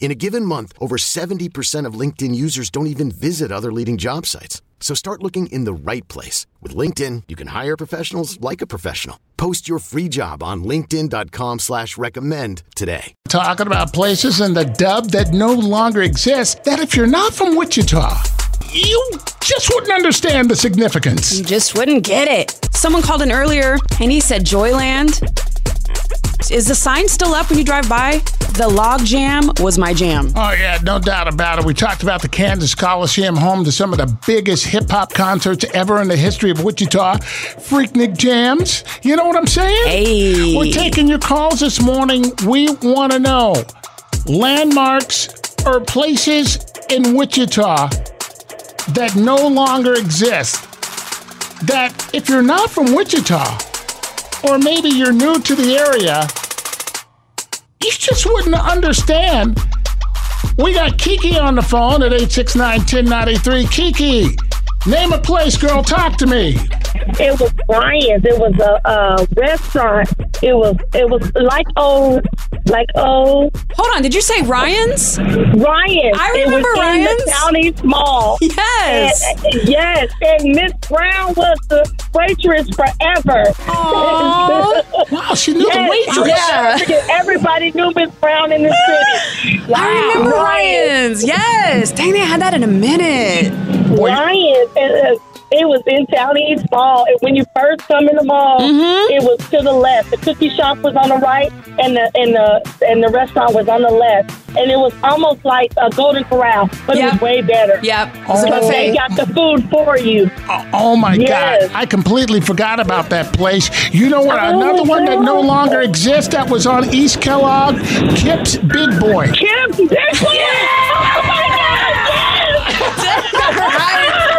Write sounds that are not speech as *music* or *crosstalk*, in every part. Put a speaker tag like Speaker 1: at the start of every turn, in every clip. Speaker 1: In a given month, over 70% of LinkedIn users don't even visit other leading job sites. So start looking in the right place. With LinkedIn, you can hire professionals like a professional. Post your free job on linkedin.com slash recommend today.
Speaker 2: Talking about places in the dub that no longer exist, that if you're not from Wichita, you just wouldn't understand the significance.
Speaker 3: You just wouldn't get it. Someone called in earlier and he said Joyland. Is the sign still up when you drive by? The log jam was my jam.
Speaker 2: Oh, yeah, no doubt about it. We talked about the Kansas Coliseum, home to some of the biggest hip hop concerts ever in the history of Wichita. Freaknik jams. You know what I'm saying?
Speaker 3: Hey.
Speaker 2: We're taking your calls this morning. We want to know landmarks or places in Wichita that no longer exist. That if you're not from Wichita, or maybe you're new to the area, you just wouldn't understand. We got Kiki on the phone at 869 1093. Kiki, name a place, girl, talk to me.
Speaker 4: It was Brian's. It was a, a restaurant. It was it was like old, like old
Speaker 3: Hold on, did you say Ryan's?
Speaker 4: Ryan's.
Speaker 3: I
Speaker 4: it
Speaker 3: remember
Speaker 4: was in
Speaker 3: Ryan's.
Speaker 4: the county mall.
Speaker 3: *laughs* Yes.
Speaker 4: And, yes, and Miss Brown was the waitress forever.
Speaker 3: Aw.
Speaker 2: Wow, she knew the
Speaker 4: Yes,
Speaker 2: waitress.
Speaker 4: yes. *laughs* Everybody knew Miss Brown in the city.
Speaker 3: I remember Ryan's. Yes. Dang, they had that in a minute.
Speaker 2: Boy,
Speaker 4: Ryan's. It, uh, it was in Town East Mall. And when you first come in the mall,
Speaker 3: Mm-hmm.
Speaker 4: it was to the left. The cookie shop was on the right, and the and the and the restaurant was on the left. And it was almost like a Golden Corral, but it
Speaker 3: Yep.
Speaker 4: was way better.
Speaker 3: Yep. It was a
Speaker 2: Oh.
Speaker 4: But they
Speaker 3: buffet.
Speaker 4: got the food for you.
Speaker 2: Oh my
Speaker 4: Yes.
Speaker 2: God. I completely forgot about that place. You know what?
Speaker 4: Oh,
Speaker 2: Another
Speaker 4: my
Speaker 2: one that no
Speaker 4: God.
Speaker 2: longer exists that was on East Kellogg, Kip's Big Boy.
Speaker 4: Kim, this one! Oh my God! Yes!
Speaker 3: *laughs* Ryan's.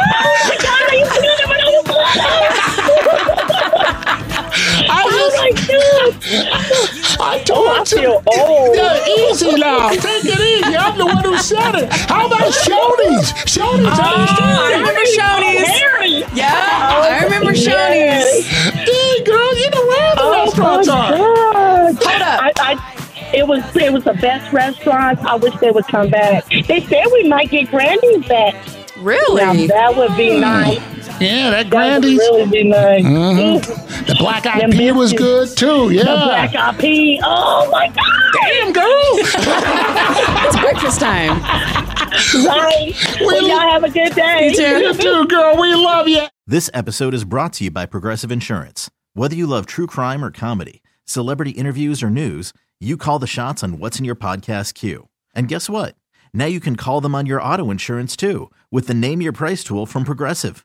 Speaker 4: *laughs* Oh my God! I used to do that when I was little.
Speaker 2: I
Speaker 4: Oh
Speaker 2: just,
Speaker 4: my God!
Speaker 2: *laughs* I told
Speaker 4: I
Speaker 2: you.
Speaker 4: feel old.
Speaker 2: Yeah, easy now. Take it easy. I'm the one who said it. How about Shoney's? Shoney's,
Speaker 4: Oh,
Speaker 2: I used to
Speaker 3: Oh, I remember Shoney's.
Speaker 4: Harry.
Speaker 3: Yeah, I remember Shoney's.
Speaker 2: Hey, girl, you know where the
Speaker 4: Oh
Speaker 2: restaurants
Speaker 4: my
Speaker 2: are.
Speaker 4: God.
Speaker 3: Hold up.
Speaker 4: I, I, it was it was the best restaurant. I wish they would come back. They said we might get Grandy's back. Now
Speaker 3: Really?
Speaker 4: that would be nice.
Speaker 2: Yeah, that
Speaker 4: That would
Speaker 2: Grandy's.
Speaker 4: really be nice.
Speaker 2: The black eyed
Speaker 4: Them
Speaker 2: pea was good,
Speaker 4: biscuits.
Speaker 2: too.
Speaker 4: The
Speaker 2: Yeah.
Speaker 4: black eyed pea. Oh my God!
Speaker 2: Damn, girl.
Speaker 3: It's breakfast time.
Speaker 4: Right. Well, y'all have a good day.
Speaker 3: You too.
Speaker 2: you too, girl. We love you.
Speaker 5: This episode is brought to you by Progressive Insurance. Whether you love true crime or comedy, celebrity interviews or news, you call the shots on what's in your podcast queue. And guess what? Now you can call them on your auto insurance too with the Name Your Price tool from Progressive.